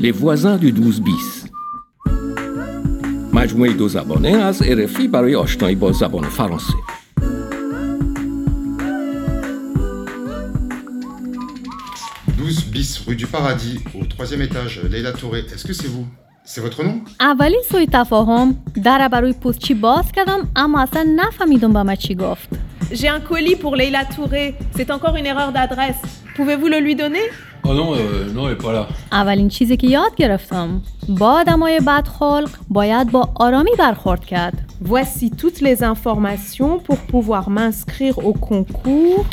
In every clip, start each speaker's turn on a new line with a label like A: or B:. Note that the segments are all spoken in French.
A: Les voisins du 12 بیس مجموعه دو زبانه از ارفی برای آشنایی با زبان فرانسه
B: bis rue du Paradis, au troisième étage, Leila Touré, est-ce que c'est vous C'est votre nom
C: اولین سوی تفاهم در برای پستچی باز کردم اما اصلا نفهمیدم به من چی گفت
D: J'ai un colis pour Leila Touré. C'est encore une erreur d'adresse. Pouvez-vous le lui donner
E: Ah non, euh, non, elle est pas là.
C: اولین چیزی که یاد گرفتم با آدمای بدخلق باید با آرامی برخورد کرد
D: Voici toutes les informations pour pouvoir m'inscrire au concours.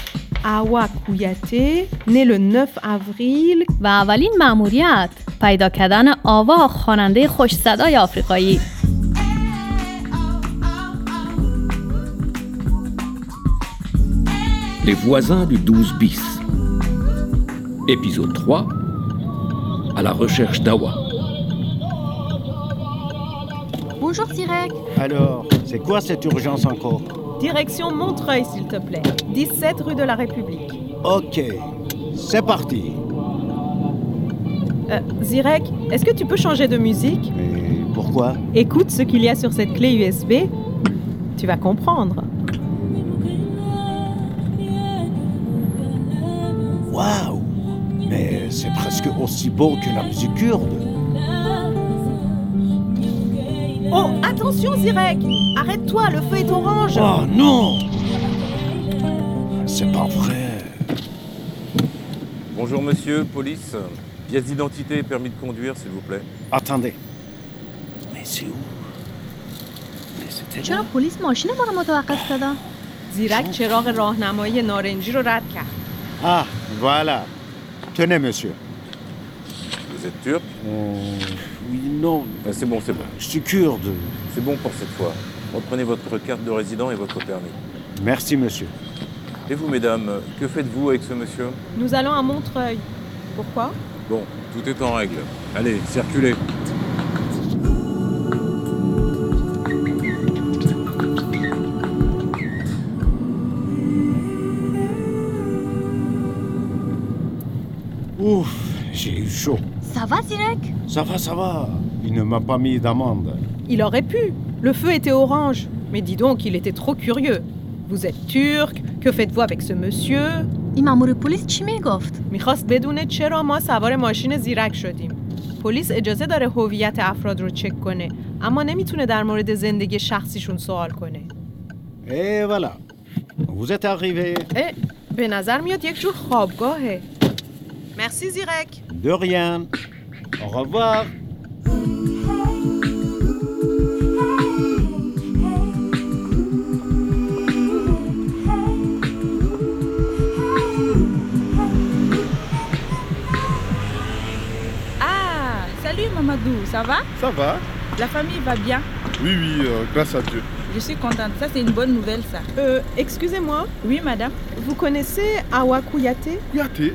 D: Awa Kouyaté, né le 9 avril.
C: و اولین مأموریت پیدا کردن آوا خواننده خوش صدای آفریقایی
A: Les voisins du 12 bis Épisode 3 À la recherche d'Awa
F: Bonjour Tirek.
G: Alors, c'est quoi cette urgence encore
D: Direction Montreuil, s'il te plaît. 17 rue de la République.
G: Ok, c'est parti.
D: Euh, Zirek, est-ce que tu peux changer de musique
G: Mais pourquoi
D: Écoute ce qu'il y a sur cette clé USB. Tu vas comprendre.
G: Waouh Mais c'est presque aussi beau que la musique kurde.
D: Oh, attention Zirek Arrête-toi, le feu est orange
G: Oh non C'est pas vrai.
H: Bonjour monsieur, police. Pièce d'identité et permis de conduire, s'il vous plaît.
G: Attendez. Mais c'est où Mais c'était là.
F: چرا پلیس ماشین ما رو متوقف دادا؟
D: Zirak چراغ راهنمایی نارنجی رو رد کرد.
G: Ah, voilà. Tenez, monsieur.
H: Vous êtes turc
G: Euh, oui, non,
H: Euh, C'est bon, c'est bon.
G: je suis kurde.
H: C'est bon pour cette fois. Reprenez votre carte de résident et votre permis.
G: Merci, monsieur.
H: Et vous, mesdames, que faites-vous avec ce monsieur
D: Nous allons à Montreuil. Pourquoi
H: Bon, tout est en règle. Allez, circulez.
G: Ouf, j'ai eu chaud.
F: Ça va Tirek؟
G: Ça va, ça va. Il ne m'a pas mis d'amende.
D: Il aurait pu. Le feu était orange. Mais dis donc, il était trop curieux. Vous êtes turc, que faites-vous avec ce monsieur
F: این مامور پلیس چی میگفت؟
D: میخواست بدونه چرا ما سوار ماشین زیرک شدیم. پلیس اجازه داره هویت افراد رو چک کنه اما نمیتونه در مورد زندگی شخصیشون سوال کنه.
G: Et voilà. Vous êtes arrivé.
D: اه، به نظر میاد یک جور خوابگاهه. مرسی زیرک.
G: De rien. Au revoir.
I: Ah, salut Mamadou, ça va
J: Ça va
I: La famille va bien
J: Oui, oui, euh, grâce à Dieu.
I: Je suis contente, ça c'est une bonne nouvelle ça.
D: Euh, excusez-moi,
I: Oui madame.
D: vous connaissez Awa Kouyaté
J: Kouyaté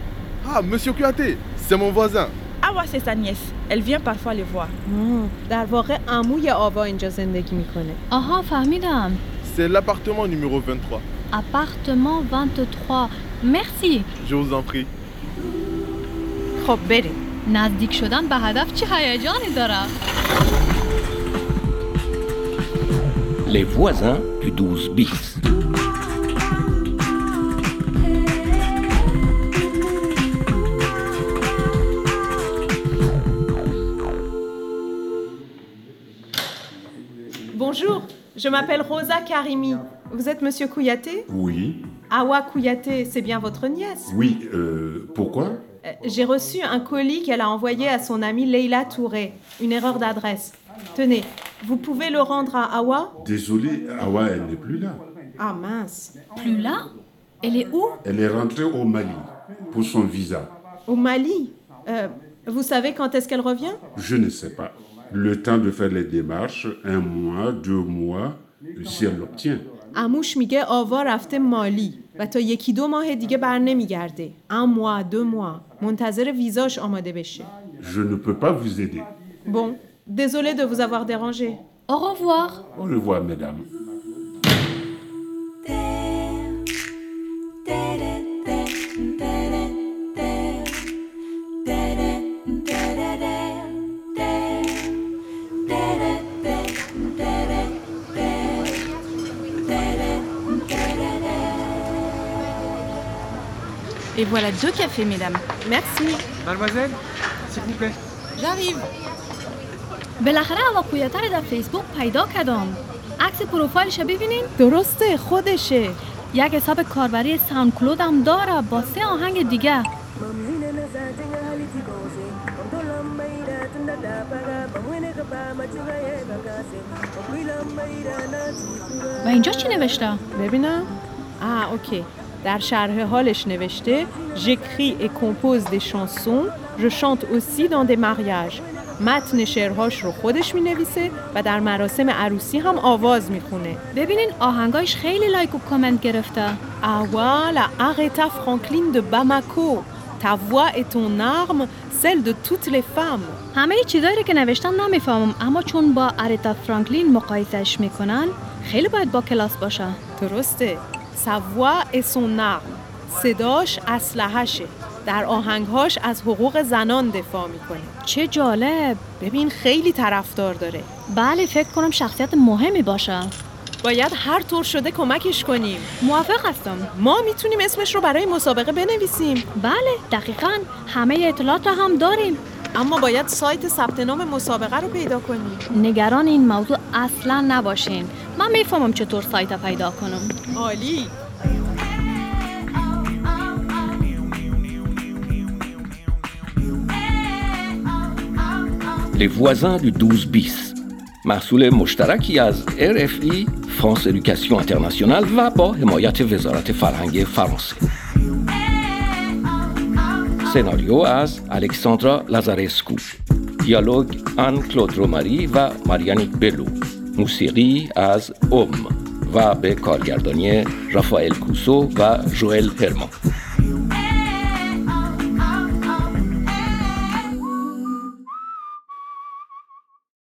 J: Ah, monsieur Kouyaté, c'est mon voisin.
I: Ah ouais, c'est sa nièce, elle vient parfois les voir.
D: در واقع عموی آوا اینجا زندگی میکنه
C: آها فهمیدم
J: C'est l'appartement numéro 23.
C: اپارتمان 23 مرسی
J: Je vous en prie.
D: خب بریم
C: نزدیک شدن به هدف چه هیجانی داره
A: Les voisins du 12 bis
D: Bonjour, je m'appelle Rosa Karimi. Vous êtes monsieur Kouyaté
K: Oui,
D: Awa Kouyaté, c'est bien votre nièce
K: oui, euh, pourquoi
D: Euh, J'ai reçu un colis qu'elle a envoyé à son amie Leila Touré. Une erreur d'adresse. Tenez, vous pouvez le rendre à Awa
K: Désolé, Awa, elle n'est plus là.
D: Ah mince.
C: plus là Elle est où
K: Elle est rentrée au Mali pour son visa.
D: Au Mali Euh, Vous savez quand est-ce qu'elle revient
K: Je ne sais pas. Le temps de faire les démarches, un mois, deux mois, si elle l'obtient.
D: اموش میگه آوا رفته مالی و تا یکی دو ماه دیگه بر نمیگرده اما دو ماه منتظر ویزاش آماده بشه
K: Je ne peux pas vous aider.
D: Bon, désolé de vous avoir dérangé.
C: Au revoir
K: Au revoir, mesdames.
I: Et voilà deux cafés, mesdames.
D: Merci.
L: Mademoiselle, s'il vous plaît.
C: جریب بالاخره هواپویا رو در فیسبوک پیدا کردم عکس پروفایلش ببینین
D: درسته خودشه
C: یک حساب کاربری ساوند کلود هم داره با سه آهنگ دیگه و اینجا چی نوشته؟
D: ببینم آه اوکی Ah, در شرح حالش نوشته J'écris et compose des chansons, je chante aussi dans des mariages. متن شعرهاش رو خودش می نویسه و در مراسم عروسی هم آواز می خونه.
C: ببینین آهنگایش خیلی لایک و کامنت گرفته.
D: Ah, آوا لا آرتا فرانکلین de Bamako. Ta voix est ton arme, celle de toutes les femmes.
C: همه چیزایی رو که نوشتم نمیفهمم اما چون با آرتا فرانکلین مقایسهش میکنن خیلی باید با کلاس باشه.
D: درسته. Sa voix et son arme. صداش اسلحشه. در آهنگهاش از حقوق زنان دفاع میکنه.
C: چه جالب.
D: ببین خیلی طرفدار داره.
C: بله فکر کنم شخصیت مهمی باشه.
D: باید هر طور شده کمکش کنیم.
C: موافق هستم.
D: ما میتونیم اسمش رو برای مسابقه بنویسیم.
C: بله دقیقا همه اطلاعات رو هم داریم.
D: اما باید سایت ثبت نام مسابقه رو پیدا کنیم
C: نگران این موضوع اصلا نباشین من میفهمم چطور سایت رو پیدا کنم
D: عالی
A: Les voisins du 12 bis محصول مشترکی از RFI فرانس Education International و با حمایت وزارت فرهنگ فرانسه سناریو از الکساندرا لازارسکو دیالوگ آن کلود روماری و ماریانی بلو موسیقی از اوم و به کارگردانی رافائل کوسو و جوئل هرمان